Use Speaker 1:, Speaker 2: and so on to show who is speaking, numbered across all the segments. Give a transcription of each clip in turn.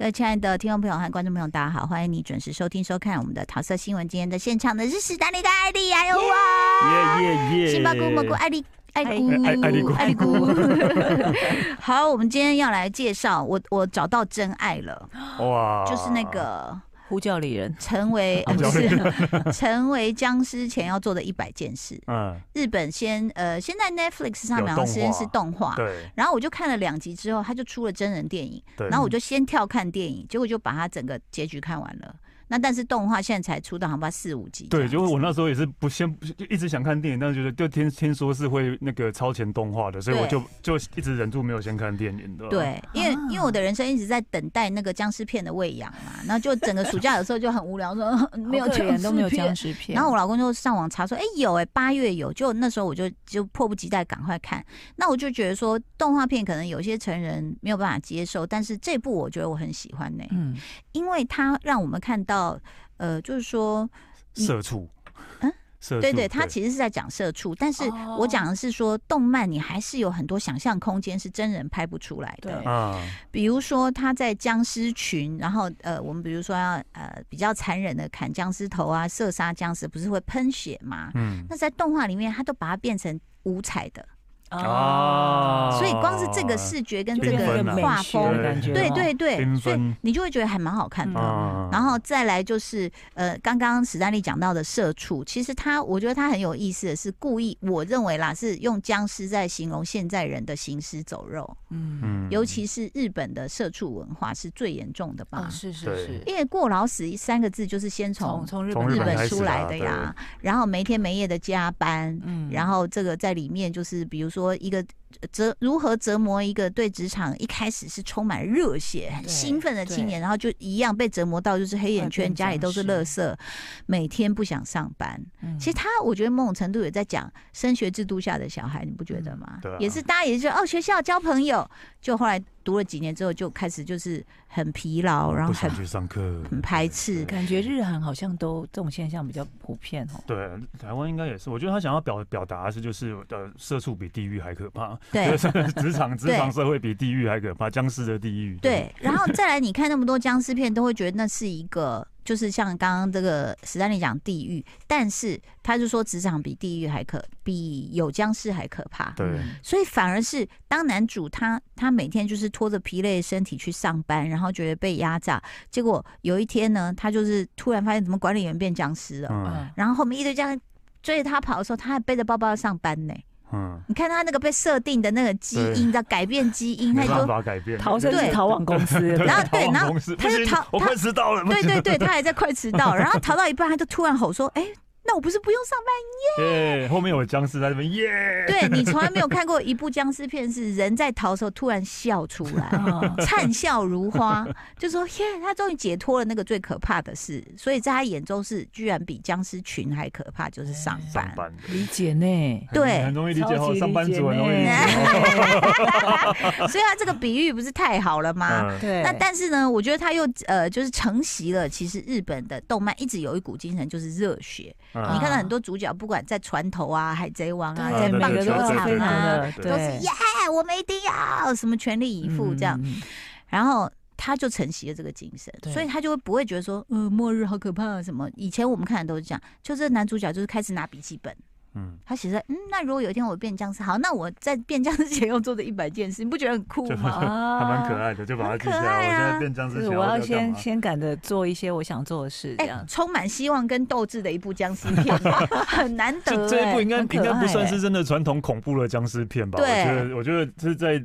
Speaker 1: 位亲爱的听众朋友和观众朋友，大家好，欢迎你准时收听收看我们的桃色新闻。今天的现场的是史丹利跟艾哎丽，还有我
Speaker 2: 耶耶耶！
Speaker 1: 杏鲍菇、蘑菇、艾丽。爱菇，
Speaker 2: 哎哎艾丽菇
Speaker 1: 艾丽菇。 好，我们今天要来介绍我，我找到真爱了，
Speaker 2: 哇，
Speaker 1: 就是那个
Speaker 3: 呼叫里人，
Speaker 1: 成为呃
Speaker 2: 啊 好
Speaker 1: 不
Speaker 2: 像
Speaker 1: 是 成为僵尸前要做的一百件事。
Speaker 2: 嗯，
Speaker 1: 日本先呃，现在 Netflix 上
Speaker 2: 有
Speaker 1: 面好像
Speaker 2: 动
Speaker 1: 先
Speaker 2: 画
Speaker 1: 是动画，
Speaker 2: 对
Speaker 1: 然后我就看了两集之后，他就出了真人电影，
Speaker 2: 对，
Speaker 1: 然后我就先跳看电影，结果就把它整个结局看完了。那但是动画现在才出到好像不知道四五集这
Speaker 2: 对，
Speaker 1: 样子，
Speaker 2: 就是我那时候也是不先就一直想看电影，但是觉得就听听说是会那个超前动画的，所以我就就一直忍住没有先看电影的。，
Speaker 1: 对，因
Speaker 3: 啊
Speaker 1: 为、因为我的人生一直在等待那个僵尸片的喂养嘛， 然后就整个暑假有时候就很无聊，说呃 没有
Speaker 3: 好可
Speaker 1: 僵
Speaker 3: 怜
Speaker 1: 尸
Speaker 3: 都没有
Speaker 1: 片
Speaker 3: 僵。尸片。
Speaker 1: 然后我老公就上网查说，哎、有哎、八月有，就那时候我就就迫不及待赶快看。那我就觉得说，动画片可能有些成人没有办法接受，但是这部我觉得我很喜欢呢、
Speaker 3: 嗯，
Speaker 1: 因为它让我们看到，呃，就是说
Speaker 2: 社畜，
Speaker 1: 嗯，
Speaker 2: 社畜，
Speaker 1: 对对，他其实是在讲社畜，但是
Speaker 3: 哦
Speaker 1: 我讲的是说动漫，你还是有很多想象空间是真人拍不出来的
Speaker 3: 对。
Speaker 2: 啊，
Speaker 1: 比如说他在僵尸群，然后呃，我们比如说要呃比较残忍的砍僵尸头啊，射杀僵尸，不是会喷血吗？
Speaker 2: 嗯，
Speaker 1: 那在动画里面，他都把它变成五彩的，
Speaker 3: 嗯
Speaker 2: 啊
Speaker 1: 所以光是这个视觉跟
Speaker 3: 就
Speaker 1: 这
Speaker 3: 变成
Speaker 1: 个
Speaker 3: 一啊个美
Speaker 1: 画
Speaker 3: 学
Speaker 1: 风，
Speaker 3: 的感觉，
Speaker 1: 对
Speaker 3: 哦，
Speaker 1: 对对，
Speaker 2: 缤
Speaker 1: 所以
Speaker 2: 纷
Speaker 1: 你就会觉得还蛮好看的。
Speaker 3: 嗯
Speaker 2: 啊，
Speaker 1: 然后再来就是，呃，刚刚史丹利讲到的社畜，其实他，我觉得他很有意思的是，故意，我认为啦，是用僵尸在形容现在人的行尸走肉，
Speaker 3: 嗯，
Speaker 2: 嗯
Speaker 1: 尤其是日本的社畜文化是最严重的吧
Speaker 3: 哦，？是是
Speaker 2: 对
Speaker 3: 是，
Speaker 1: 因为过劳死三个字就是先
Speaker 3: 从
Speaker 1: 从
Speaker 3: 从日
Speaker 2: 从
Speaker 3: 本
Speaker 1: 日
Speaker 2: 开
Speaker 1: 本
Speaker 2: 始
Speaker 1: 出来
Speaker 2: 啊
Speaker 1: 的呀，然后没天没夜的加班，
Speaker 3: 嗯
Speaker 1: 然后这个在里面就是，比如说一个呃折如何折磨一个对职场一开始是充满热血、很
Speaker 3: 对
Speaker 1: 兴奋的青
Speaker 3: 对
Speaker 1: 年，然后就一样被折磨到就是黑眼
Speaker 3: 快
Speaker 1: 圈，
Speaker 3: 变
Speaker 1: 家里都是
Speaker 3: 僵
Speaker 1: 垃圾，每天不想上班。
Speaker 3: 嗯
Speaker 1: 其实他我觉得某种程度也在讲升学制度下的小孩，你不觉得吗？
Speaker 2: 对啊
Speaker 1: 也是大家也是哦，学校交朋友，就后来读了几年之后就开始就是很疲劳，然后嗯
Speaker 2: 不
Speaker 1: 很
Speaker 2: 想去上课，
Speaker 1: 很排斥
Speaker 3: 感觉日韩好像都这种现象比较普遍哦。
Speaker 2: 对，台湾应该也是。我觉得他想要表表达的是，就是呃，社畜比地狱还可怕。
Speaker 1: 对
Speaker 2: 就是 职场职
Speaker 1: 对
Speaker 2: 场社会比地狱还可怕，僵尸的地狱。
Speaker 1: 对，然后再来，你看那么多僵尸片，都会觉得那是一个，就是像刚刚这个史丹利讲地狱，但是他就说职场比地狱还可，比有僵尸还可怕。
Speaker 2: 对
Speaker 3: 嗯，
Speaker 1: 所以反而是当男主他他每天就是拖着疲累的身体去上班，然后觉得被压榨，结果有一天呢，他就是突然发现怎么管理员变僵尸了，
Speaker 2: 嗯
Speaker 3: 嗯，
Speaker 1: 然后后面一堆僵尸追着他跑的时候，他还背着包包要上班呢。
Speaker 2: 嗯，
Speaker 1: 你看他那个被设定的那个基
Speaker 2: 对
Speaker 1: 因的改变基因，他
Speaker 2: 没
Speaker 1: 就
Speaker 2: 办法改变。
Speaker 3: 逃生
Speaker 1: 对
Speaker 3: 是逃往公司，
Speaker 2: 对
Speaker 1: 然后对
Speaker 2: 逃往
Speaker 1: 然后
Speaker 2: 公司
Speaker 1: 他
Speaker 2: 不
Speaker 1: 就
Speaker 2: 行
Speaker 1: 逃
Speaker 2: 我
Speaker 1: 他
Speaker 2: 快迟到了。不
Speaker 1: 对
Speaker 2: 行
Speaker 1: 对对，他还在快迟到，然后逃到一半，他就突然吼说：“哎、那我不是不用上班
Speaker 2: 耶，哎后面有僵尸在那边耶。？”
Speaker 1: 对你从来没有看过一部僵尸片是人在逃的时候突然笑出来，
Speaker 3: 啊，
Speaker 1: 灿笑如花，就说：“耶，他终于解脱了那个最可怕的事。”所以在他眼中是居然比僵尸群还可怕，就是上班
Speaker 2: 上。班的
Speaker 3: 理解呢。
Speaker 1: 对
Speaker 2: 很很 容易理解
Speaker 3: 超
Speaker 2: 哦，
Speaker 3: 级
Speaker 2: 上班
Speaker 3: 理解
Speaker 2: 族很容易理
Speaker 3: 呢
Speaker 2: 解。
Speaker 1: 所以他这个比喻不是太好了吗？
Speaker 2: 嗯
Speaker 3: 对，
Speaker 1: 那但是呢，我觉得他又呃，就是承袭了其实日本的动漫一直有一股精神，就是热血。
Speaker 2: 嗯
Speaker 1: 你看到很多主角，不管在船头啊、海贼王啊，
Speaker 2: 对
Speaker 1: 在
Speaker 2: 对
Speaker 1: 棒
Speaker 3: 每
Speaker 1: 球
Speaker 3: 个
Speaker 2: 对
Speaker 3: 都
Speaker 2: 对
Speaker 3: 是
Speaker 1: 场
Speaker 3: 非常
Speaker 1: 啊，
Speaker 3: 的，
Speaker 2: 对
Speaker 1: 都是
Speaker 3: 对
Speaker 1: 耶，我们一定要什么全力以赴这样。，
Speaker 3: 嗯
Speaker 1: 然后他就承袭了这个精神，
Speaker 3: 对
Speaker 1: 所以他就会不会觉得说，呃，末日好可怕啊什么。以前我们看的都是这样，就这男主角就是开始拿笔记本。
Speaker 2: 嗯，
Speaker 1: 他写在，嗯，那如果有一天我变僵尸，好，那我在变僵尸前要做的一百件事，你不觉得很酷
Speaker 2: 就
Speaker 1: 吗？
Speaker 3: 啊
Speaker 2: 还蛮可爱的，就把它
Speaker 1: 很
Speaker 2: 记
Speaker 1: 可
Speaker 2: 下来。
Speaker 1: 爱
Speaker 2: 我
Speaker 1: 啊
Speaker 2: 现在变僵尸
Speaker 3: 就
Speaker 2: 前
Speaker 3: 是我
Speaker 2: 要
Speaker 3: 要
Speaker 2: 干
Speaker 3: 先
Speaker 2: 嘛？
Speaker 3: 先赶着做一些我想做的事，这
Speaker 1: 哎、
Speaker 3: 样。
Speaker 1: 充满希望跟斗志的一部僵尸片， 很难得、
Speaker 2: 这
Speaker 1: 哎
Speaker 2: 这一部应该
Speaker 3: 很可
Speaker 2: 应该不
Speaker 3: 爱
Speaker 2: 算
Speaker 3: 欸
Speaker 2: 是真的传统恐怖的僵尸片吧？我
Speaker 1: 对
Speaker 2: 觉得我觉得是在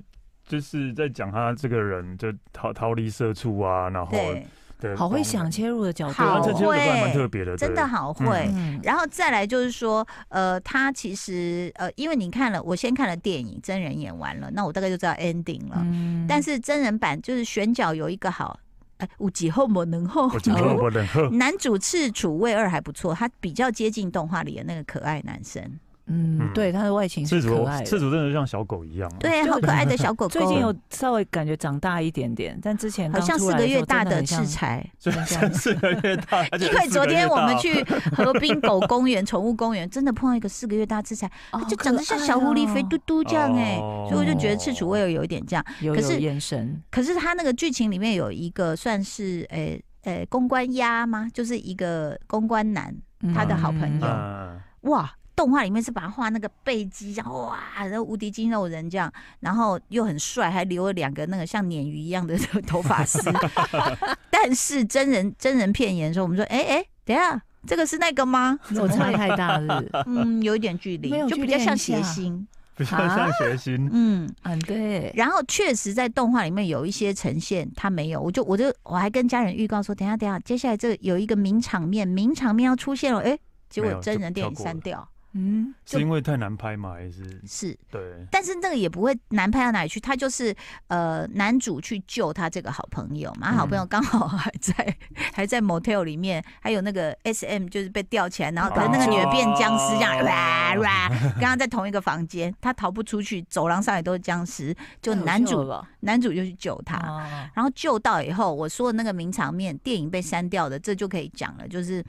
Speaker 2: 就是在讲他这个人就逃逃离社畜啊，然后
Speaker 1: 对，
Speaker 2: 对，
Speaker 3: 好会想
Speaker 2: 对
Speaker 3: 切入的角度
Speaker 1: 好哎
Speaker 2: 啊，
Speaker 3: 哦，
Speaker 2: 嗯这切入的蛮
Speaker 1: 会
Speaker 2: 特别的，
Speaker 1: 真
Speaker 2: 对
Speaker 1: 的好会。
Speaker 3: 嗯
Speaker 1: 然后再来就是说，呃，他其实呃，因为你看了，我先看了电影，真人演完了，那我大概就知道 ending 了。
Speaker 3: 嗯
Speaker 1: 但是真人版就是选角有一个好，哎、有几后某能后
Speaker 2: 我。今天我冷喝
Speaker 1: 男主赤楚卫二还不错，他比较接近动画里的那个可爱男生，
Speaker 3: 嗯，
Speaker 2: 嗯
Speaker 3: 对，它的外形
Speaker 2: 赤
Speaker 3: 是可
Speaker 2: 足
Speaker 3: 爱
Speaker 2: 赤
Speaker 3: 的。
Speaker 2: 足真的像小狗一样、啊，
Speaker 1: 对，
Speaker 3: 就
Speaker 1: 好可爱的小狗狗。
Speaker 3: 最近有稍微感觉长大一点点，但之前
Speaker 1: 好像四个月大
Speaker 3: 的
Speaker 1: 的赤柴，
Speaker 2: 所以像四个月大，而且
Speaker 1: 因
Speaker 2: 是
Speaker 1: 为
Speaker 2: 四个
Speaker 1: 昨天
Speaker 2: 月
Speaker 1: 我
Speaker 2: 大
Speaker 1: 们
Speaker 2: 哦
Speaker 1: 去河滨狗公园、宠物公园，真的碰到一个四个月大赤柴，
Speaker 3: 哦
Speaker 1: 它就长得像小狐狸，肥嘟，嘟这样哎、
Speaker 2: 哦
Speaker 1: 所以我就觉得赤楚威尔有一点这样。
Speaker 3: 好可爱哦有
Speaker 1: 可是
Speaker 3: 有眼神，
Speaker 1: 可是它那个剧情里面有一个算是诶诶、呃公关鸭吗？就是一个公关男，他的好朋友
Speaker 3: 嗯
Speaker 2: 嗯，
Speaker 1: 哇，动画里面是把他画那个背肌，然后哇，然后无敌肌肉人这样，然后又很帅，还留了两个那个像鲶鱼一样的头发丝。 但是真人真人片演的时候，我们说，哎、哎、等一下，这个是那个吗？
Speaker 3: 落差太大了是 不是
Speaker 1: 嗯，有一点距离
Speaker 3: 没，有
Speaker 1: 就比
Speaker 3: 去
Speaker 1: 较
Speaker 3: 练
Speaker 1: 像
Speaker 3: 一
Speaker 1: 谐
Speaker 3: 下
Speaker 1: 星。
Speaker 2: 比较
Speaker 1: 啊
Speaker 2: 像谐 星。
Speaker 1: 嗯，
Speaker 3: 嗯， 对，
Speaker 1: 然后确实在动画里面有一些呈现，他没有，我就我就我还跟家人预告说，等一下等一下，接下来这个有一个名场面，名场面要出现了，哎、结
Speaker 2: 没
Speaker 1: 果
Speaker 2: 有
Speaker 1: 真
Speaker 2: 就
Speaker 1: 人电
Speaker 2: 跳
Speaker 1: 影
Speaker 2: 过
Speaker 1: 删
Speaker 2: 了嗯
Speaker 1: 掉，
Speaker 3: 嗯，
Speaker 1: 就是
Speaker 2: 因为太难拍吗？还是
Speaker 1: 是
Speaker 2: 对？
Speaker 1: 但是那个也不会难拍到哪里去，他就是呃，男主去救他这个好朋友嘛，
Speaker 3: 嗯
Speaker 1: 好朋友刚好还在、 还在 motel 里面，还有那个 S M 就是被吊起来，然后可是那个女的变僵尸这样，
Speaker 2: 哦
Speaker 1: 哇哇，跟他在同一个房间，他逃不出去，走廊上也都是僵尸，就
Speaker 3: 太有
Speaker 1: 男
Speaker 3: 趣了
Speaker 1: 主啊
Speaker 3: 吧
Speaker 1: 男主就去救他。
Speaker 3: 哦
Speaker 1: 然后救到以后，我说的那个名场面，电影被删掉的，这就可以讲了，就是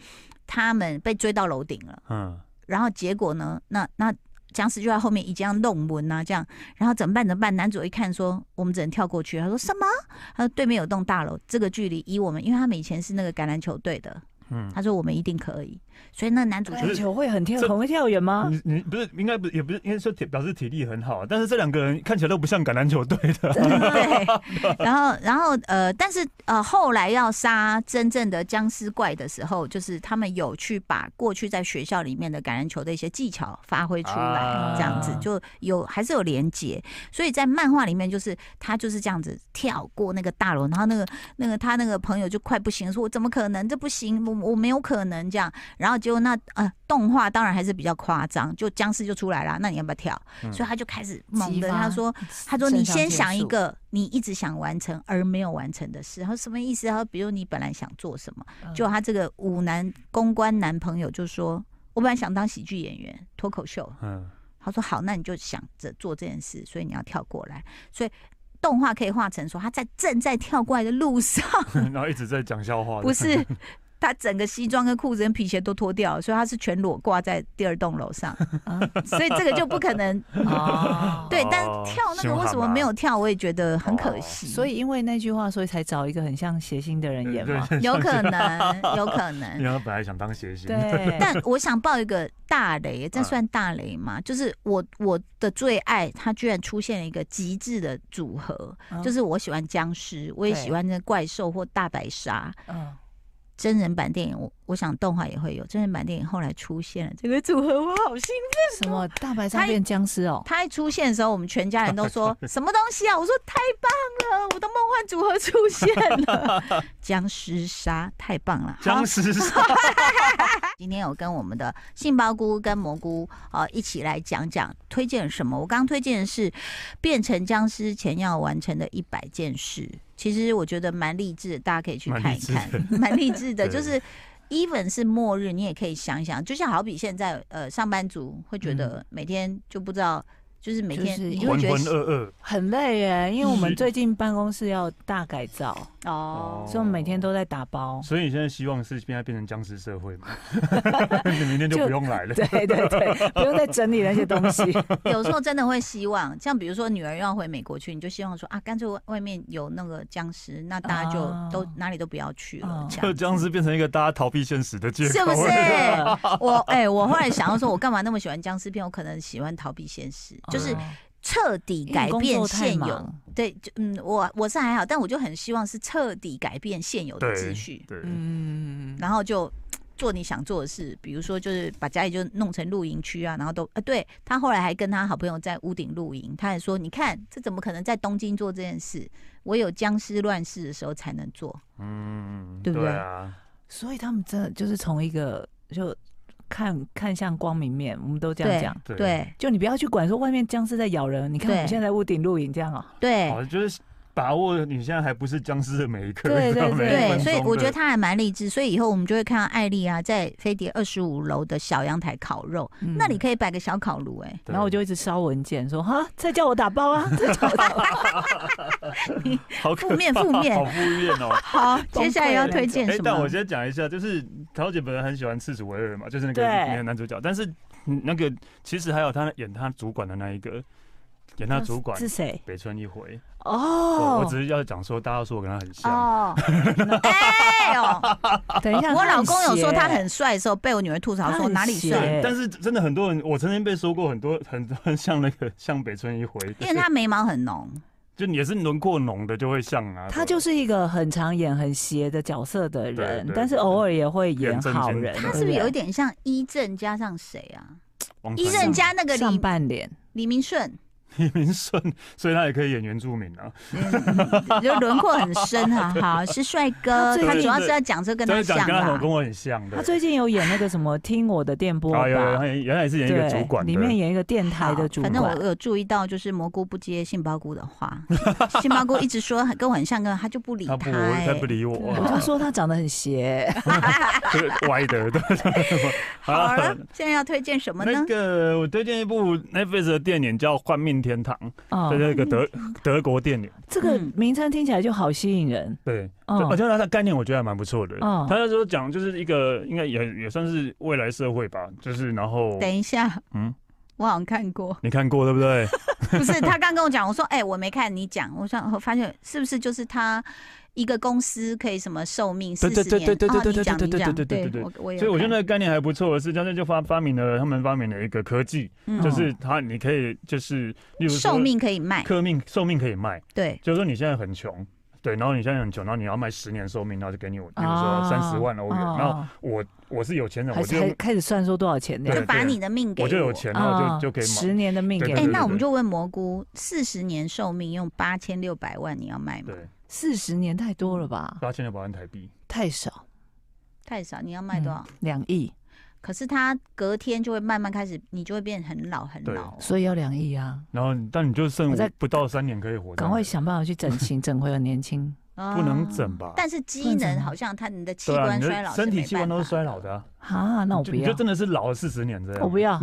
Speaker 1: 他们被追到楼顶了。
Speaker 2: 嗯，
Speaker 1: 然后结果呢，那那僵尸就在后面一这样弄门啊，这样，然后怎么办？怎么办？男主一看说，我们只能跳过去。他说什么？他说对面有栋大楼，这个距离以我们，因为他们以前是那个橄榄球队的，
Speaker 2: 嗯
Speaker 1: 他说我们一定可以。所以那男主
Speaker 3: 橄
Speaker 1: 就
Speaker 3: 榄球会很跳，
Speaker 2: 这
Speaker 3: 很会跳远
Speaker 1: 啊
Speaker 3: 吗？
Speaker 2: 你你不是应该不是也不是应该说体表示体力很好，啊但是这两个人看起来都不像橄榄球队 的。
Speaker 1: 对，然后然后呃，但是呃，后来要杀真正的僵尸怪的时候，就是他们有去把过去在学校里面的橄榄球的一些技巧发挥出来
Speaker 2: 啊，
Speaker 1: 这样子就有还是有连结。所以在漫画里面，就是他就是这样子跳过那个大楼，然后那个那个他那个朋友就快不行了，说我怎么可能？这不行，我我没有可能这样。然后结果那呃，动画当然还是比较夸张，就僵尸就出来了，那你要不要跳？
Speaker 2: 嗯
Speaker 1: 所以他就开始猛
Speaker 3: 激
Speaker 1: 的
Speaker 3: 发
Speaker 1: 他说。他说：“你先想一
Speaker 3: 肾上腺素，
Speaker 1: 个你一直想完成而没有完成的事。”他说：“什么意思？”他说：“比如你本来想做什么，
Speaker 3: 嗯
Speaker 1: 就他这个五男公关男朋友就说：‘我本来想当喜剧演员、脱口秀。
Speaker 2: 嗯，’
Speaker 1: 他说：‘好，那你就想着做这件事，所以你要跳过来。’所以动画可以画成说他在正在跳过来的路上，
Speaker 2: 然后一直在讲笑话的。
Speaker 1: 不是他整个西装跟裤子跟皮鞋都脱掉了，所以他是全裸挂在第二栋楼上，
Speaker 3: 啊
Speaker 1: 所以这个就不可能。
Speaker 3: 哦
Speaker 1: 对，但
Speaker 2: 哦
Speaker 1: 跳那个
Speaker 2: 凶悍
Speaker 1: 为什么
Speaker 2: 吧
Speaker 1: 没有跳？我也觉得很可
Speaker 2: 哦
Speaker 1: 惜。
Speaker 3: 所以因为那句话，所以才找一个很像谐星的人演嘛。
Speaker 2: 对，
Speaker 1: 有可能，有可能。
Speaker 2: 然后本来想当谐星，
Speaker 3: 对，
Speaker 1: 但我想爆一个大雷，这
Speaker 2: 嗯
Speaker 1: 算大雷吗？就是我我的最爱，它居然出现了一个极致的组合，
Speaker 3: 嗯
Speaker 1: 就是我喜欢僵尸，我也
Speaker 3: 对
Speaker 1: 喜欢那怪兽或大白鲨。
Speaker 3: 嗯，
Speaker 1: 真人版电影，我我想动画也会有。真人版电影后来出现了这个组合，我好兴奋。
Speaker 3: 什么大白
Speaker 1: 他
Speaker 3: 鲨变僵尸哦？
Speaker 1: 它一出现的时候，我们全家人都说什么东西啊？我说太棒了，我的梦幻组合出现了， 僵尸鲨太棒了，好
Speaker 2: 僵尸是
Speaker 1: 今天有跟我们的杏鲍菇跟蘑菇呃一起来讲讲推荐什么。我刚刚推荐的是变成僵尸前要完成的一百件事，其实我觉得蛮励志的，大家可以去看一看， 蛮励志的，
Speaker 2: 对
Speaker 1: 就是。even 是末日，你也可以想一想，就像好比现在呃上班族会觉得每天就不知道，就是每天
Speaker 3: 就是
Speaker 1: 你就
Speaker 2: 浑
Speaker 1: 会觉
Speaker 2: 浑
Speaker 1: 得
Speaker 2: 噩
Speaker 3: 很累耶，因为我们
Speaker 2: 是
Speaker 3: 最近办公室要大改造，
Speaker 1: 哦
Speaker 2: 哦，
Speaker 3: 所以我们每天都在打包
Speaker 2: 噩。。所以你现在希望是现在变成僵尸社会 吗？你明天就不用来了。
Speaker 3: 对对 对，不用再整理那些东西。
Speaker 1: 有时候真的会希望，像比如说女儿要回美国去，你就希望说啊，干脆外外面有那个僵尸，那大家就
Speaker 3: 哦
Speaker 1: 都、哪里都不要去了
Speaker 3: 哦，
Speaker 1: 这
Speaker 2: 就
Speaker 1: 样。
Speaker 2: 僵尸变成一个大家逃避现实的借口，
Speaker 1: 是不是？我哎、我后来想要说，我干嘛那么喜欢僵尸片？我可能喜欢逃避现实， 就是
Speaker 3: 哦
Speaker 1: 彻底改
Speaker 3: 因为
Speaker 1: 变
Speaker 3: 工作太
Speaker 1: 现有。
Speaker 3: 忙
Speaker 1: 对，就嗯，我我是还好，但我就很希望是彻底改变现有的
Speaker 2: 对
Speaker 1: 秩序，
Speaker 2: 对，
Speaker 3: 嗯，
Speaker 1: 然后就做你想做的事，比如说就是把家里就弄成露营区啊，然后都啊，对他后来还跟他好朋友在屋顶露营，他还说，你看这怎么可能在东京做这件事？我有僵尸乱世的时候才能做，
Speaker 2: 嗯，
Speaker 1: 对不对
Speaker 2: 对啊，
Speaker 3: 所以他们真的就是从一个就看看向光明面，我们都这样
Speaker 1: 对
Speaker 3: 讲。
Speaker 2: 对
Speaker 1: 对
Speaker 3: 就你不要去管说外面僵尸在咬人，你看
Speaker 1: 对
Speaker 3: 我们现在在屋顶露营这样哦、
Speaker 1: 对
Speaker 2: 好，就是把握你现在还不是僵尸的每一刻，
Speaker 3: 对
Speaker 2: 你知道
Speaker 3: 对
Speaker 2: 每一
Speaker 1: 对，
Speaker 2: 分
Speaker 1: 所以
Speaker 2: 钟
Speaker 1: 我觉得
Speaker 2: 的
Speaker 1: 他还蛮励志，所以以后我们就会看到艾丽啊，在飞碟二十五楼的小阳台烤肉，
Speaker 3: 嗯
Speaker 1: 那里可以摆个小烤炉、 哎，
Speaker 2: 对
Speaker 3: 然后我就一直烧文件，说哈，再叫我打包啊，再叫我打包。
Speaker 2: 好可
Speaker 1: 负面
Speaker 2: 怕
Speaker 1: 负面
Speaker 2: 好负面哦。
Speaker 1: 好，接下来要推荐
Speaker 2: 哎
Speaker 1: 什，
Speaker 2: 但我
Speaker 1: 么？
Speaker 2: 先讲一下，就是陶姐本来很喜欢赤楚维尔嘛，就是那个
Speaker 3: 对
Speaker 2: 那个男主角，但是嗯那个其实还有他演他主管的那一个，演他主
Speaker 1: 哦
Speaker 2: 管
Speaker 3: 是谁？
Speaker 2: 北村一回。我
Speaker 3: 哦，
Speaker 2: 我只是要讲说，大家都说我跟他很像，
Speaker 1: 哦， 哎呦，
Speaker 3: 等一下，
Speaker 1: 我
Speaker 3: 他
Speaker 1: 老
Speaker 3: 很
Speaker 1: 公有说
Speaker 3: 邪
Speaker 1: 他很帅的时候，被我女儿吐槽
Speaker 3: 他
Speaker 1: 说
Speaker 3: 很
Speaker 1: 哪里
Speaker 3: 邪
Speaker 1: 帅，
Speaker 2: 对，但是真的很多人，我曾经被说过很多 很多很像那个 像北村一回，
Speaker 1: 因为他眉毛很浓，
Speaker 2: 就也是轮廓浓的就会像啊。
Speaker 3: 他就是一个很常演很邪的角色的人
Speaker 2: 对，对
Speaker 3: 但是偶尔也会演好
Speaker 2: 演
Speaker 3: 人。
Speaker 2: 正经
Speaker 1: 他是不是有一点像一正加上谁啊？
Speaker 2: 王
Speaker 1: 一
Speaker 2: 传
Speaker 1: 正
Speaker 2: 一
Speaker 1: 加那个
Speaker 3: 对不对
Speaker 1: 李
Speaker 3: 上半脸？
Speaker 1: 李明顺，
Speaker 2: 李明顺，所以他也可以演原住民啊。
Speaker 1: 嗯就轮廓很深哈，好是帅哥，
Speaker 3: 他最
Speaker 1: 他
Speaker 2: 近
Speaker 1: 主要是要讲这跟
Speaker 2: 所
Speaker 1: 他
Speaker 2: 以讲
Speaker 1: 像
Speaker 2: 跟他
Speaker 1: 啦
Speaker 2: 很跟。我很像的
Speaker 3: 啊他。最近有演那个什么《听我的电波》
Speaker 2: 啊，有有，
Speaker 3: 吧
Speaker 2: 他？演原来也是演一个主管的，
Speaker 3: 里面演一个电台
Speaker 1: 好
Speaker 3: 的主
Speaker 1: 反
Speaker 3: 管。
Speaker 1: 正我有注意到，就是蘑菇不接杏鲍菇的话， 杏鲍菇一直说很跟我很像，跟他就不理
Speaker 2: 他不
Speaker 1: 欸
Speaker 2: 他不理我，
Speaker 3: 我 就说他长得很邪，
Speaker 2: 这个歪的， 对对对。
Speaker 3: 啊
Speaker 1: 好 了，现在要推荐什么
Speaker 2: 那
Speaker 1: 呢？
Speaker 2: 个我推荐一部 Netflix 的电影叫《幻命天堂》，
Speaker 3: 哦
Speaker 2: 对，，那个德德国电影，
Speaker 3: 这个
Speaker 1: 嗯
Speaker 3: 名称听起来就好吸引人。
Speaker 2: 对，哦
Speaker 3: 嗯
Speaker 2: 而且它的概念我觉得还蛮不错的。
Speaker 3: 嗯
Speaker 2: 他那时候讲就是一个应该也也算是未来社会吧，就是然后
Speaker 1: 等一下，
Speaker 2: 嗯，
Speaker 1: 我好像看过，
Speaker 2: 你看过对不对？
Speaker 1: 不是他刚跟我讲，我说哎、我没看，你讲，我想我发现是不是就是他一个公司可以什么寿命四
Speaker 2: 对
Speaker 1: 十
Speaker 2: 对
Speaker 1: 年？
Speaker 2: 对对对对
Speaker 1: 哦你讲
Speaker 2: 对对
Speaker 1: 你讲
Speaker 2: 对对对对对
Speaker 1: 我我也有看，
Speaker 2: 所以我觉得那个概念还不错的是，他们就发发明了他们发明了一个科技，
Speaker 1: 嗯
Speaker 2: 就是
Speaker 3: 哦
Speaker 2: 它你可以就是例如说
Speaker 1: 寿命可以卖，
Speaker 2: 科命寿命可以卖。
Speaker 1: 对，
Speaker 2: 就是说你现在很穷，对，然后你现在很穷，然后你要卖十年寿命，然后就给你我，比如说
Speaker 3: 哦
Speaker 2: 三十万欧元，
Speaker 3: 哦
Speaker 2: 然后我我是有钱人，
Speaker 3: 还
Speaker 2: 我
Speaker 3: 是
Speaker 2: 就
Speaker 3: 开开始算说多少钱呢
Speaker 2: 对
Speaker 1: 就？把你的命给
Speaker 2: 我就有钱，然
Speaker 3: 啊
Speaker 2: 后就就可以
Speaker 3: 十
Speaker 2: 买。
Speaker 3: 年的命给
Speaker 2: 对
Speaker 1: 哎、
Speaker 2: 对
Speaker 3: 你
Speaker 2: 对
Speaker 1: 那我们就问蘑菇，四十年寿命用八千六百万，你要卖吗
Speaker 2: 对？，
Speaker 3: 四十年太多了吧？
Speaker 2: 八千六百万台币，
Speaker 3: 太少，
Speaker 1: 太少，你要卖多少？
Speaker 3: 嗯？两亿，
Speaker 1: 可是它隔天就会慢慢开始，你就会变很老很
Speaker 2: 对
Speaker 1: 老哦。
Speaker 3: 所以要两亿啊！
Speaker 2: 然后但你就剩
Speaker 3: 我在
Speaker 2: 不到三年可以活，
Speaker 3: 赶快想办法去整形，整回有年轻。
Speaker 1: 啊
Speaker 2: 不能整吧？
Speaker 1: 但是机
Speaker 3: 不能整
Speaker 1: 能
Speaker 3: 吗
Speaker 1: 好像它你的器
Speaker 2: 对啊，
Speaker 1: 官
Speaker 2: 你
Speaker 1: 衰
Speaker 2: 的
Speaker 1: 老，
Speaker 2: 身体器官都是衰老。的啊，
Speaker 3: 啊，那我
Speaker 2: 就
Speaker 3: 不
Speaker 2: 你
Speaker 3: 要
Speaker 2: 就，真的是老了四十年这样。
Speaker 3: 我不 要。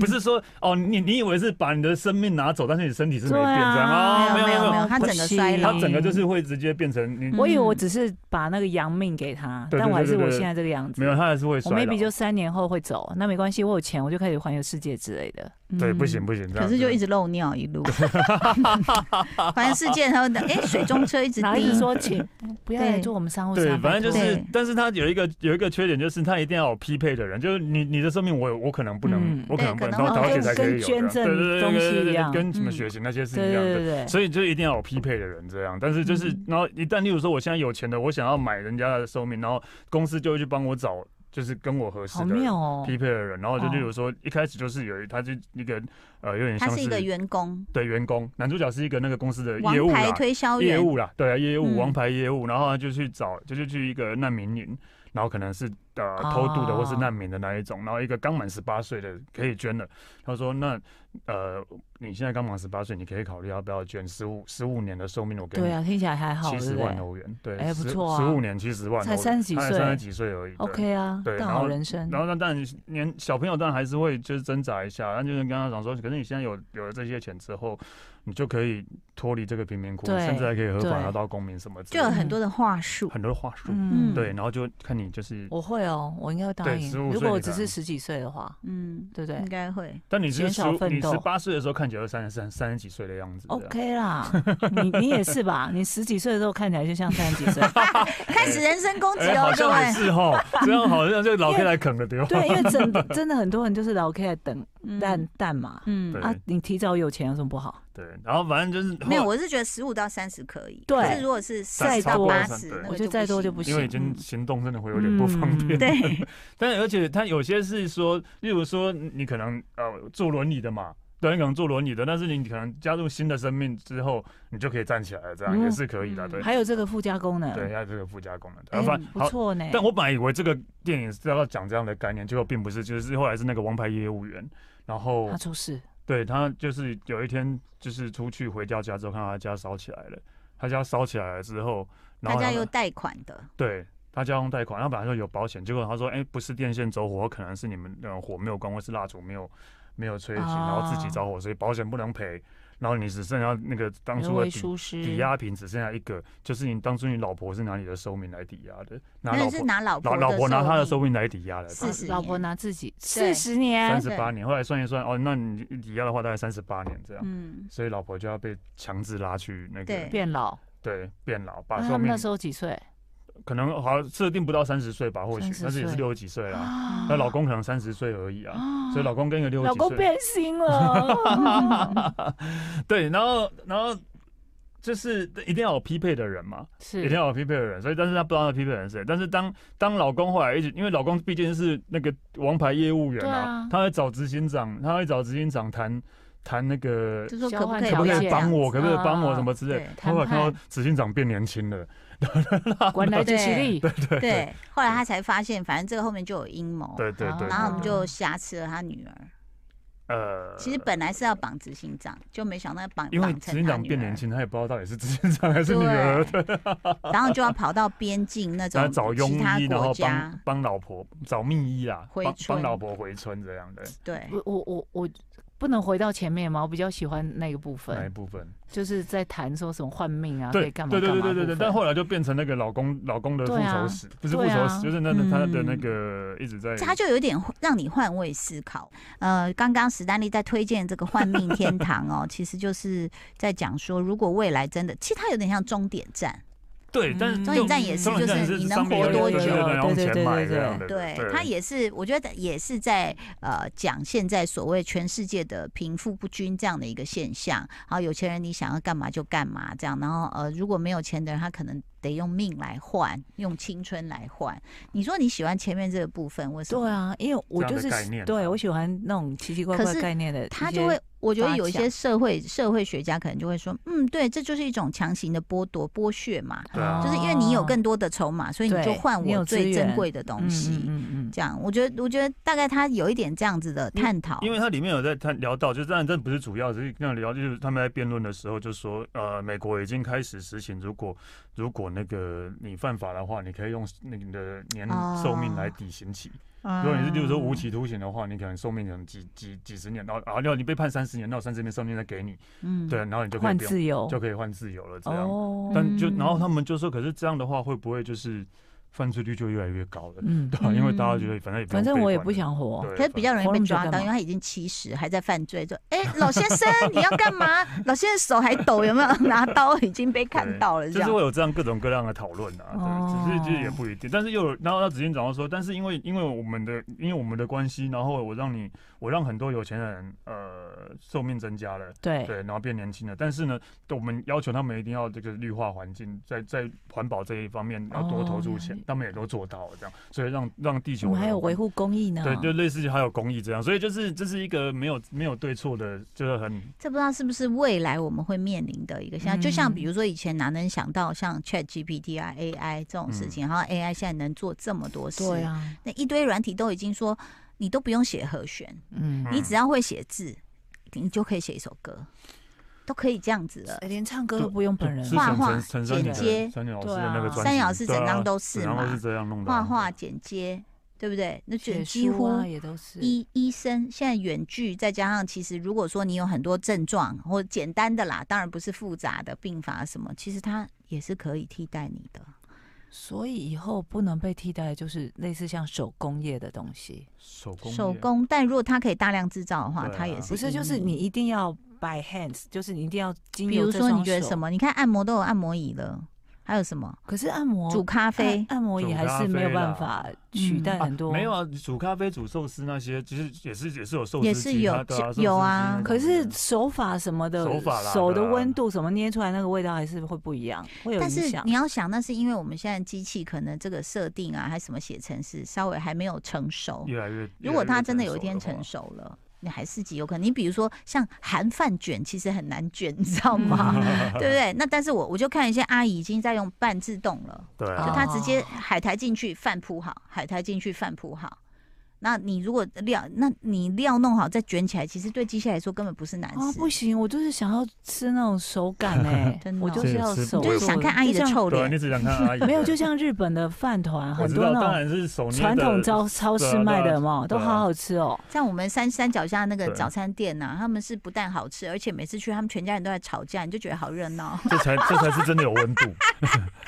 Speaker 2: 不是说哦，你你以为是把你的生命拿走，但是你身体是没
Speaker 3: 对
Speaker 2: 变
Speaker 3: 啊
Speaker 2: 这样啊？
Speaker 1: 没有
Speaker 2: 没
Speaker 1: 没有
Speaker 2: 有
Speaker 1: 没有，它整个衰
Speaker 3: 不
Speaker 1: 老
Speaker 2: 它
Speaker 3: 行。
Speaker 2: 整个就是会直接变成你
Speaker 1: 嗯
Speaker 3: 我以为我只是把那个阳命给他，
Speaker 2: 对对
Speaker 3: 但我还是
Speaker 2: 对对
Speaker 3: 我
Speaker 2: 对
Speaker 3: 现在这个样子。
Speaker 2: 没有，它还是会
Speaker 3: 我
Speaker 2: 衰老
Speaker 3: maybe。就嗯三年后会走，那没关系，我有钱，我就开始环游世界之类的。
Speaker 2: 对，不
Speaker 3: 嗯
Speaker 2: 行不行，这样
Speaker 1: 可是就
Speaker 2: 子
Speaker 1: 一直漏尿一 路，反正世界然后哎、水中车一直
Speaker 3: 然后一
Speaker 1: 滴
Speaker 3: 直，说 请不要来
Speaker 1: 对
Speaker 3: 做我们商务
Speaker 2: 对，
Speaker 3: 舱，
Speaker 2: 反正就
Speaker 3: 拜托
Speaker 2: 是
Speaker 1: 对，
Speaker 2: 但是他有一个有一个缺点，就是他一定要有匹配的人，就是你你的生命我我可能不能，
Speaker 3: 嗯
Speaker 2: 我可能不
Speaker 1: 对
Speaker 2: 能
Speaker 1: 可
Speaker 2: 到
Speaker 1: 能
Speaker 2: 导
Speaker 1: 会
Speaker 2: 血才可以有的，
Speaker 3: 跟捐赠
Speaker 2: 对对对
Speaker 3: 东西
Speaker 2: 对对
Speaker 3: 一样
Speaker 2: 跟什么
Speaker 1: 嗯
Speaker 2: 血型那些是
Speaker 3: 对
Speaker 2: 一样
Speaker 3: 对
Speaker 2: 的。
Speaker 3: 对对，
Speaker 2: 所以就一定要有匹配的人这样，但是就是，
Speaker 3: 嗯
Speaker 2: 然后一旦例如说我现在有钱的，我想要买人家的寿命，然后公司就会去帮我找，就是跟我合适
Speaker 3: 好
Speaker 2: 的
Speaker 3: 妙哦。
Speaker 2: 匹配的人，然后就
Speaker 3: 哦
Speaker 2: 例如说一开始就是有一他就一个呃有点
Speaker 1: 他
Speaker 2: 像
Speaker 1: 是一个员工，
Speaker 2: 对员工，男主角是一个那个公司的
Speaker 1: 王
Speaker 2: 业务
Speaker 1: 牌
Speaker 2: 啦，
Speaker 1: 推销
Speaker 2: 业
Speaker 1: 员，
Speaker 2: 务啦，对啊，业
Speaker 1: 嗯
Speaker 2: 务王牌业务，然后他就去找，就是去一个难民营，然后可能是呃偷渡的或是难民的那一种，然后一个刚满十八岁的可以捐了，他说那呃你现在刚满十八岁，你可以考虑要不要捐十五十五年的寿命，我给
Speaker 3: 对
Speaker 2: 你
Speaker 3: 啊，听起来还好，
Speaker 2: 七
Speaker 3: 对
Speaker 2: 十
Speaker 3: 不
Speaker 2: 万
Speaker 3: 对
Speaker 2: 欧元，对，
Speaker 3: 哎不错啊
Speaker 2: 十五年七十万欧元，
Speaker 3: 才30几岁
Speaker 2: 三十几岁而已对
Speaker 3: ？OK 啊，
Speaker 2: 对
Speaker 3: 大
Speaker 2: 然
Speaker 3: 好
Speaker 2: 后
Speaker 3: 人生。
Speaker 2: 然后那当然年小朋友当然还是会就是挣扎一下，但就是跟他讲说，可是你现在有有了这些钱之后，你就可以脱离这个贫民窟，
Speaker 3: 对
Speaker 2: 甚至还可以合法
Speaker 3: 对
Speaker 2: 拿到公民什么之
Speaker 1: 就
Speaker 2: 类
Speaker 1: 有
Speaker 2: 的，
Speaker 1: 很多的话术，
Speaker 2: 很多话术。
Speaker 3: 嗯，
Speaker 2: 对，然后就看你就是，
Speaker 3: 我会哦，我应该会答
Speaker 2: 对
Speaker 3: 应。
Speaker 2: 15
Speaker 3: 如
Speaker 2: 岁
Speaker 3: 果我
Speaker 2: 你
Speaker 3: 只
Speaker 2: 答
Speaker 3: 是
Speaker 2: 应
Speaker 3: 十几岁的话，
Speaker 1: 嗯，
Speaker 3: 对不对
Speaker 1: 应该会。
Speaker 2: 但你是
Speaker 3: 减
Speaker 2: 十
Speaker 3: 少奋
Speaker 2: 你
Speaker 3: 斗哦
Speaker 2: 十八岁的时候看起来三十三三十几岁的样子这样。
Speaker 3: ？OK 啦，你你也是吧？你十几岁的时候看起来就像三十几岁，
Speaker 1: 开始人身攻击
Speaker 2: 哎，
Speaker 1: 哦
Speaker 2: 好，
Speaker 1: 各
Speaker 2: 像也
Speaker 1: 位。
Speaker 2: 是哦，这样好像就老 K 来啃了丢。
Speaker 3: 哎对，因为真真的很多人就是老 K 在等蛋蛋嘛。
Speaker 1: 嗯
Speaker 2: 对
Speaker 3: 啊，你提早有钱有什么不好？
Speaker 2: 对，然后反正就是
Speaker 1: 没有，，我是觉得十五到三十可以，
Speaker 3: 对
Speaker 1: 可是如果是
Speaker 3: 再
Speaker 1: 40到
Speaker 3: 多
Speaker 1: 八十，
Speaker 2: 对
Speaker 1: 那个
Speaker 3: 我觉得再多就
Speaker 1: 不
Speaker 3: 不
Speaker 1: 行。
Speaker 3: 行，
Speaker 2: 因为已经
Speaker 3: 嗯
Speaker 2: 行动真的会有点不方便。
Speaker 3: 嗯
Speaker 1: 对，
Speaker 2: 但而且他有些是说，例如说你可能呃坐轮椅的嘛，对，你可能坐轮椅的，但是你可能加入新的生命之后，你就可以站起来了，这样、
Speaker 3: 嗯
Speaker 2: 也是可以的，
Speaker 1: 嗯
Speaker 2: 对，
Speaker 3: 还有这个附加功能，
Speaker 2: 对，它这个附加功能，
Speaker 3: 哎，
Speaker 2: 啊反
Speaker 3: 不
Speaker 2: 好。
Speaker 3: 错呢。
Speaker 2: 但我本来以为这个电影是要讲这样的概念，结果并不是，就是后来是那个王牌业务员，然后
Speaker 3: 他出事，
Speaker 2: 对他就是有一天就是出去回到家之后，看到他家烧起来了，他家烧起来了之后，然
Speaker 1: 他
Speaker 2: 后
Speaker 1: 家
Speaker 2: 他
Speaker 1: 有贷款的，
Speaker 2: 对他家用贷款，他本来说有保险，结果他说哎、不是电线走火，可能是你们呃火没有关，或是蜡烛没有没有吹熄，然后自己
Speaker 3: 哦
Speaker 2: 着火，所以保险不能赔。然后你只剩下那个当初的
Speaker 3: 为
Speaker 2: 底
Speaker 3: 疏失
Speaker 2: 抵押品只剩下一个，就是你当初你老婆是拿你的寿命来抵押的，拿
Speaker 1: 那
Speaker 2: 老
Speaker 1: 是
Speaker 2: 婆
Speaker 1: 拿老
Speaker 2: 老
Speaker 1: 婆
Speaker 2: 老婆拿她的
Speaker 1: 寿
Speaker 2: 寿
Speaker 1: 命
Speaker 2: 命来抵押的，
Speaker 1: 是40
Speaker 3: 老
Speaker 1: 年
Speaker 3: 婆拿自己
Speaker 1: 对
Speaker 3: 四十
Speaker 2: 三
Speaker 3: 年，
Speaker 2: 十八年，后来算一算，哦，那你抵押的话大概三十八年这样，
Speaker 3: 嗯，
Speaker 2: 所以老婆就要被强制拉去那个
Speaker 1: 对
Speaker 3: 变老。
Speaker 2: 对变老，把
Speaker 3: 那
Speaker 2: 寿
Speaker 3: 他们
Speaker 2: 命
Speaker 3: 啊那时候几岁？
Speaker 2: 可能好像设定不到三十岁吧，或许
Speaker 3: 30
Speaker 2: 但是也是
Speaker 3: 岁
Speaker 2: 六十几岁啦，
Speaker 3: 啊
Speaker 2: 那老公可能三十岁而已啊，
Speaker 1: 哦
Speaker 2: 所以老公跟一个六十
Speaker 3: 老
Speaker 2: 几
Speaker 3: 公
Speaker 2: 岁，
Speaker 3: 变心 了，
Speaker 2: 对，然后然后就是一定要有匹配的人嘛，
Speaker 3: 是
Speaker 1: 嗯
Speaker 2: 一定要有匹配的人，所以但是他不知道他匹配的人是谁。但是当当老公后来一直，因为老公毕竟是那个王牌业务员
Speaker 3: 对
Speaker 2: 啊
Speaker 3: 啊，
Speaker 2: 他会找执行长，他会找执行长谈谈那个
Speaker 1: 就说可不可以
Speaker 2: 可不可
Speaker 1: 这
Speaker 2: 以
Speaker 1: 样
Speaker 2: 帮
Speaker 1: 子
Speaker 2: 我，可不可以帮我
Speaker 3: 啊
Speaker 2: 什么之类
Speaker 1: 啊嗯对。
Speaker 2: 后来看到
Speaker 3: 谈
Speaker 2: 执行长变年轻了，
Speaker 3: 原来就 是你，
Speaker 1: 对，后来他才发现，反正这个后面就有阴谋，
Speaker 2: 对对对，
Speaker 1: 然后我们
Speaker 3: 啊
Speaker 1: 就挟持了他女儿。
Speaker 2: 嗯呃，
Speaker 1: 哦其实本来是要绑执行长，就没想到绑
Speaker 2: 因为
Speaker 1: 绑
Speaker 2: 执
Speaker 1: 成
Speaker 2: 行
Speaker 1: 他
Speaker 2: 长
Speaker 1: 女
Speaker 2: 变
Speaker 1: 儿
Speaker 2: 年，轻，他也不知道到底是执行长还是女儿，
Speaker 1: 对， 然后就要跑到边境那
Speaker 2: 然
Speaker 1: 种
Speaker 2: 后找庸
Speaker 1: 其他
Speaker 2: 医，然
Speaker 1: 国
Speaker 2: 后
Speaker 1: 家
Speaker 2: 帮，帮老婆找密医啦，
Speaker 1: 回
Speaker 2: 帮帮
Speaker 1: 村
Speaker 2: 老婆回村这样的
Speaker 1: 对，
Speaker 3: 我我我我不能回到前面吗？我比较喜欢那个部
Speaker 2: 那一
Speaker 3: 分，
Speaker 2: 部分。
Speaker 3: 就是在谈说什么换命啊，可
Speaker 2: 对
Speaker 3: 以干嘛
Speaker 2: 对对
Speaker 3: 干
Speaker 2: 对
Speaker 3: 嘛
Speaker 2: 对对
Speaker 3: 的部
Speaker 2: 对，
Speaker 3: 分
Speaker 2: 但后来就变成那个老公老公的复
Speaker 3: 对啊
Speaker 2: 仇史，不是复
Speaker 3: 对
Speaker 2: 仇
Speaker 3: 啊
Speaker 2: 史，就是那那他的那
Speaker 3: 嗯
Speaker 2: 个一直在
Speaker 1: 他就有点让你换位思考。呃，刚刚史丹利在推荐这个《幻命天堂》哦，其实就是在讲说，如果未来真的，其实它有点像终点站，
Speaker 2: 对，但是
Speaker 3: 嗯
Speaker 1: 终
Speaker 2: 就
Speaker 1: 点站也是
Speaker 2: 终点
Speaker 1: 就
Speaker 2: 站
Speaker 1: 是
Speaker 2: 是
Speaker 1: 你能
Speaker 2: 上面
Speaker 1: 活
Speaker 2: 有
Speaker 1: 多
Speaker 2: 一个
Speaker 1: 久
Speaker 2: 对对用
Speaker 3: 对对
Speaker 2: 钱
Speaker 3: 对
Speaker 2: 买
Speaker 3: 对
Speaker 2: 这样的，
Speaker 1: 对，它也是，我觉得也是在呃讲现在所谓全世界的贫富不均这样的一个现象。好，有钱人你想要干嘛就干嘛这样，然后呃，如果没有钱的人，他可能得用命来换，用青春来换。你说你喜欢前面这个部分，为什么？
Speaker 3: 对啊，因为我
Speaker 2: 这样的
Speaker 3: 就是
Speaker 2: 概念啊
Speaker 3: 对我喜欢那种奇奇怪
Speaker 1: 可
Speaker 3: 怪
Speaker 1: 是
Speaker 3: 概念的一些，
Speaker 1: 他就
Speaker 2: 嗯
Speaker 1: 会，我觉得
Speaker 3: 发
Speaker 1: 有一些
Speaker 3: 想
Speaker 1: 社会社会学家可能就会说，嗯，对，这就是一种强行的剥夺剥削嘛，
Speaker 2: 对啊
Speaker 1: 就是因为你有更多的筹码，所以你就
Speaker 3: 哦对
Speaker 1: 换
Speaker 3: 你
Speaker 1: 我
Speaker 3: 有资
Speaker 1: 最珍
Speaker 3: 源
Speaker 1: 贵的东西。
Speaker 3: 嗯嗯嗯嗯
Speaker 1: 这样，我觉得，我觉得大概他有一点这样子的
Speaker 2: 因
Speaker 1: 探讨，
Speaker 2: 因为它里面有在谈聊到，就当然这不是主要，只是那聊就是他们在辩论的时候就说，呃，美国已经开始实行，如果如果那个你犯法的话，你可以用那个你的年
Speaker 3: 啊
Speaker 1: 哦
Speaker 2: 寿命来抵刑期。
Speaker 3: 嗯
Speaker 2: 如果你是，例如说无期徒刑的话，你可能寿命可能几几几十年，然后啊，要你被判三十年，那我三十年寿命再给你，
Speaker 1: 嗯，
Speaker 2: 对，然后你就可以
Speaker 3: 换
Speaker 2: 不用，
Speaker 3: 自由
Speaker 2: 就可以换自由了这样。
Speaker 3: 哦，
Speaker 2: 但就然后
Speaker 1: 嗯
Speaker 2: 他们就说，可是这样的话会不会就是犯罪率就越来越高了？
Speaker 3: 嗯，
Speaker 2: 对吧？啊因为大家觉
Speaker 1: 嗯
Speaker 2: 得反正也不
Speaker 3: 反
Speaker 2: 用
Speaker 3: 正
Speaker 2: 被
Speaker 3: 我也
Speaker 2: 管
Speaker 3: 不
Speaker 2: 了，
Speaker 3: 想活，
Speaker 2: 对
Speaker 1: 可是比较容易
Speaker 3: 活
Speaker 1: 被
Speaker 3: 那么久
Speaker 1: 抓
Speaker 3: 干
Speaker 1: 到，
Speaker 3: 嘛
Speaker 1: 因为他已经七十还在犯罪，就哎、老先生你要干嘛？老先生手还抖，有没有拿刀已经被看到了？这
Speaker 2: 就是
Speaker 1: 样，
Speaker 2: 会有这样各种各样的讨论啊，
Speaker 3: 哦
Speaker 2: 对，只是就是也不一定，但是又有，然后他之前讲到说，但是因为因为我们的因为我们的关系，然后我让你我让很多有钱人呃寿命增加了，
Speaker 3: 对
Speaker 2: 对，然后变年轻了，但是呢，我们要求他们一定要这个绿化环境，在在环保这一方面要多投注钱，
Speaker 3: 哦
Speaker 2: 他们也都做到了这样，所以让让地
Speaker 3: 我
Speaker 2: 球
Speaker 3: 们还有维
Speaker 2: 护。
Speaker 3: 护啊公益呢，
Speaker 2: 对，就类似还有公益这样，所以就是这是一个没有没有对错的，就是很
Speaker 1: 这不知道是不是未来我们会面临的一个现
Speaker 2: 嗯
Speaker 1: 象，就像比如说以前哪能想到像 Chat GPT 啊 AI 这种事
Speaker 2: 嗯
Speaker 1: 情，然后 AI 现在能做这么多事，
Speaker 3: 对啊，
Speaker 1: 那一堆软体都已经说你都不用写和弦，
Speaker 3: 嗯，
Speaker 1: 你只要会写字，你就可以写一首歌，都可以这样子了。
Speaker 3: 呃连唱歌
Speaker 2: 对
Speaker 3: 都不用本人
Speaker 2: 是
Speaker 1: 画
Speaker 2: 陈
Speaker 1: 画
Speaker 2: 陈陈珊妮的
Speaker 1: 剪接
Speaker 2: 珊妮老师
Speaker 3: 对
Speaker 2: 的
Speaker 3: 啊
Speaker 2: 那个专辑，
Speaker 1: 三爻是
Speaker 2: 对
Speaker 1: 整
Speaker 2: 啊
Speaker 1: 张都是
Speaker 2: 整张都
Speaker 1: 嘛
Speaker 2: 是，这样弄的啊，
Speaker 1: 画画、剪接，对不对？那就
Speaker 3: 写
Speaker 1: 几
Speaker 3: 书
Speaker 1: 乎
Speaker 3: 啊也都是
Speaker 1: 医医生现在远距，再加上其实如果说你有很多症状或简单的啦，当然不是复杂的病发什么，其实它也是可以替代你的。
Speaker 3: 所以以后不能被替代，的就是类似像手工业的东西，
Speaker 2: 手工
Speaker 1: 手
Speaker 2: 业
Speaker 1: 工，但如果它可以大量制造的话，
Speaker 2: 对啊
Speaker 1: 它也是
Speaker 3: 不是就是
Speaker 1: 盈利
Speaker 3: 你。一定要 by hands，就是你一定要经
Speaker 1: 嗯比
Speaker 3: 由
Speaker 1: 如
Speaker 3: 这
Speaker 1: 说，你
Speaker 3: 双
Speaker 1: 觉得
Speaker 3: 手
Speaker 1: 什？么？你看按摩都有按摩椅了，还有什么
Speaker 3: 可是按摩
Speaker 1: 煮咖啡
Speaker 3: 按？按摩
Speaker 2: 煮
Speaker 3: 也还
Speaker 2: 咖
Speaker 3: 是没有
Speaker 2: 啡啦
Speaker 3: 办法取
Speaker 1: 嗯
Speaker 3: 代
Speaker 2: 啊
Speaker 3: 很多，
Speaker 2: 没有啊，煮咖啡、煮寿司那些，其实也是也是有寿司
Speaker 1: 也是
Speaker 2: 机
Speaker 1: 有
Speaker 2: 它对啊
Speaker 1: 有
Speaker 2: 寿司机
Speaker 1: 啊
Speaker 2: 那种
Speaker 3: 可是
Speaker 2: 的
Speaker 3: 手法什么的，
Speaker 2: 手法啦
Speaker 3: 手的
Speaker 2: 对啊
Speaker 3: 温度什么捏出来那个味道还是会不一样，会有
Speaker 1: 但是
Speaker 3: 影响
Speaker 1: 你。要想，那是因为我们现在机器可能这个设定啊，还什么写程式，稍微还没有成熟。
Speaker 2: 越来越，
Speaker 1: 如果它真的有一天成
Speaker 2: 成熟
Speaker 1: 熟了，你还是极有可能。你比如说像韩饭卷，其实很难卷，你知道吗？对不对？那但是我我就看一些阿姨已经在用半自动了，
Speaker 2: 的话，对
Speaker 1: 就
Speaker 2: 啊，
Speaker 1: 她直接
Speaker 3: 哦
Speaker 1: 海苔进去，饭铺好，海苔进去，饭铺好。那你如果料，那你料弄好再卷起来，其实对机械来说根本不是难
Speaker 2: 哦
Speaker 3: 啊，
Speaker 1: 事，、
Speaker 3: 不行，我就是想要吃那种 手感哎
Speaker 1: 真的哦
Speaker 3: 我就是要
Speaker 2: 是是
Speaker 3: 手，
Speaker 1: 你就是想看阿姨的。臭
Speaker 2: 对啊，你
Speaker 1: 脸。
Speaker 2: 只想看 阿姨的，
Speaker 3: 没有，就像日本的饭团，
Speaker 2: 我
Speaker 3: 很
Speaker 2: 知
Speaker 3: 多
Speaker 2: 道，当
Speaker 3: 那
Speaker 2: 然是手
Speaker 3: 种
Speaker 2: 捏
Speaker 3: 传统
Speaker 2: 的
Speaker 3: 超超市卖的嘛，
Speaker 2: 对
Speaker 3: 都
Speaker 2: 啊
Speaker 3: 好好吃哦。
Speaker 1: 像我们山山脚下那个
Speaker 2: 对啊
Speaker 1: 早餐店呐、他们是不但好吃，而且每次去他们全家人都在吵架，你就觉得好热闹，
Speaker 2: 这才这才是真的有温 度。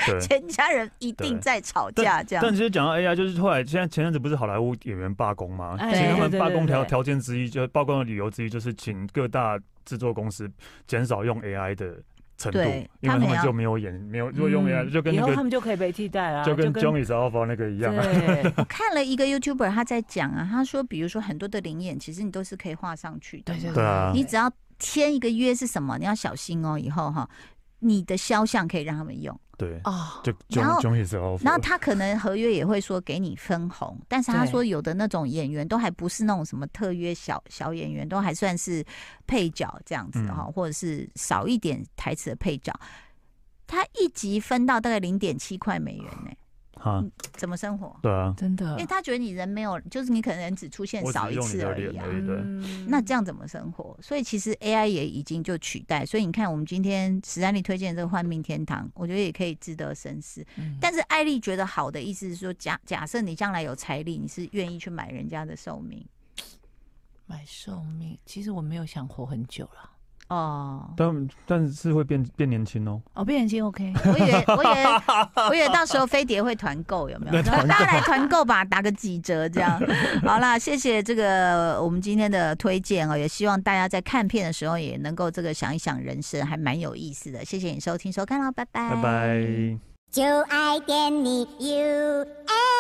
Speaker 2: 对，
Speaker 1: 全家人一定
Speaker 2: 对
Speaker 1: 在吵架这样
Speaker 2: 但。其实讲到 AI，就是后来现在前阵子不是好莱坞演员罢工吗？
Speaker 3: 哎
Speaker 2: 其实他们
Speaker 3: 对对对
Speaker 2: 罢工条
Speaker 3: 对对
Speaker 2: 条件之一，就是罢工的理由之一，就是请各大制作公司减少用 AI 的程度，因
Speaker 1: 对
Speaker 2: 为
Speaker 1: 他
Speaker 2: 他
Speaker 1: 们
Speaker 2: 们
Speaker 1: 要
Speaker 2: 就没有演，没有如果用 AI
Speaker 3: 嗯
Speaker 2: 就跟那
Speaker 3: 以后他
Speaker 2: 个
Speaker 3: 们就可以被替代啦，
Speaker 2: 就跟
Speaker 3: 跟
Speaker 2: j o h n y s Alpha 那个一样啊。
Speaker 3: 对
Speaker 1: 我看了一个 YouTuber，他在讲啊，他说，比如说很多的灵眼，其实你都是可以画上去的嘛。
Speaker 3: 对对
Speaker 2: 对啊
Speaker 1: 你只要签一个约是什么，你要小心哦，以后哈，你的肖像可以让他们用。
Speaker 2: 对，
Speaker 3: 哦，
Speaker 2: 就
Speaker 1: 然
Speaker 2: John
Speaker 1: 后
Speaker 2: John is Alpha。
Speaker 1: 然后他可能合约也会说给你分红，但是他
Speaker 3: 对
Speaker 1: 说有的那种演员都还不是那种什么特约小小演员，都还算是配角这样子的
Speaker 3: 嗯
Speaker 1: 哈、或者是少一点台词的配角。他一集分到大概零点七块美元呢、
Speaker 2: 啊，
Speaker 1: 怎么生活？
Speaker 2: 对啊，
Speaker 3: 真
Speaker 1: 因
Speaker 3: 的
Speaker 1: 为，他觉得你人没有，就是你可能人只出现
Speaker 2: 我只
Speaker 1: 少一
Speaker 2: 用你
Speaker 1: 次
Speaker 2: 的
Speaker 1: 而已
Speaker 2: 脸
Speaker 1: 啊
Speaker 2: 而。已对
Speaker 3: 嗯
Speaker 1: 那这样怎么生活？所以其实 AI 也已经就取代，所以你看我们今天史丹利推荐的这个幻命天堂，我觉得也可以值得深思。
Speaker 3: 嗯
Speaker 1: 但是艾丽觉得好的意思是说，假假设你将来有财力，你是愿意去买人家的寿命
Speaker 3: 买寿命，其实我没有想活很久了。
Speaker 1: 哦。
Speaker 2: 但但是会变变年轻哦。
Speaker 3: 哦，变眼睛 OK，
Speaker 1: 我以 为我以为我以为到时候飞碟会团购有没有？大家来团购吧，打个几折这样。好啦，谢谢这个我们今天的推荐哦，也希望大家在看片的时候也能够这个想一想人生，还蛮有意思的。谢谢你收听收看喽，拜拜，
Speaker 2: 拜拜。
Speaker 4: 就爱点你 UFO。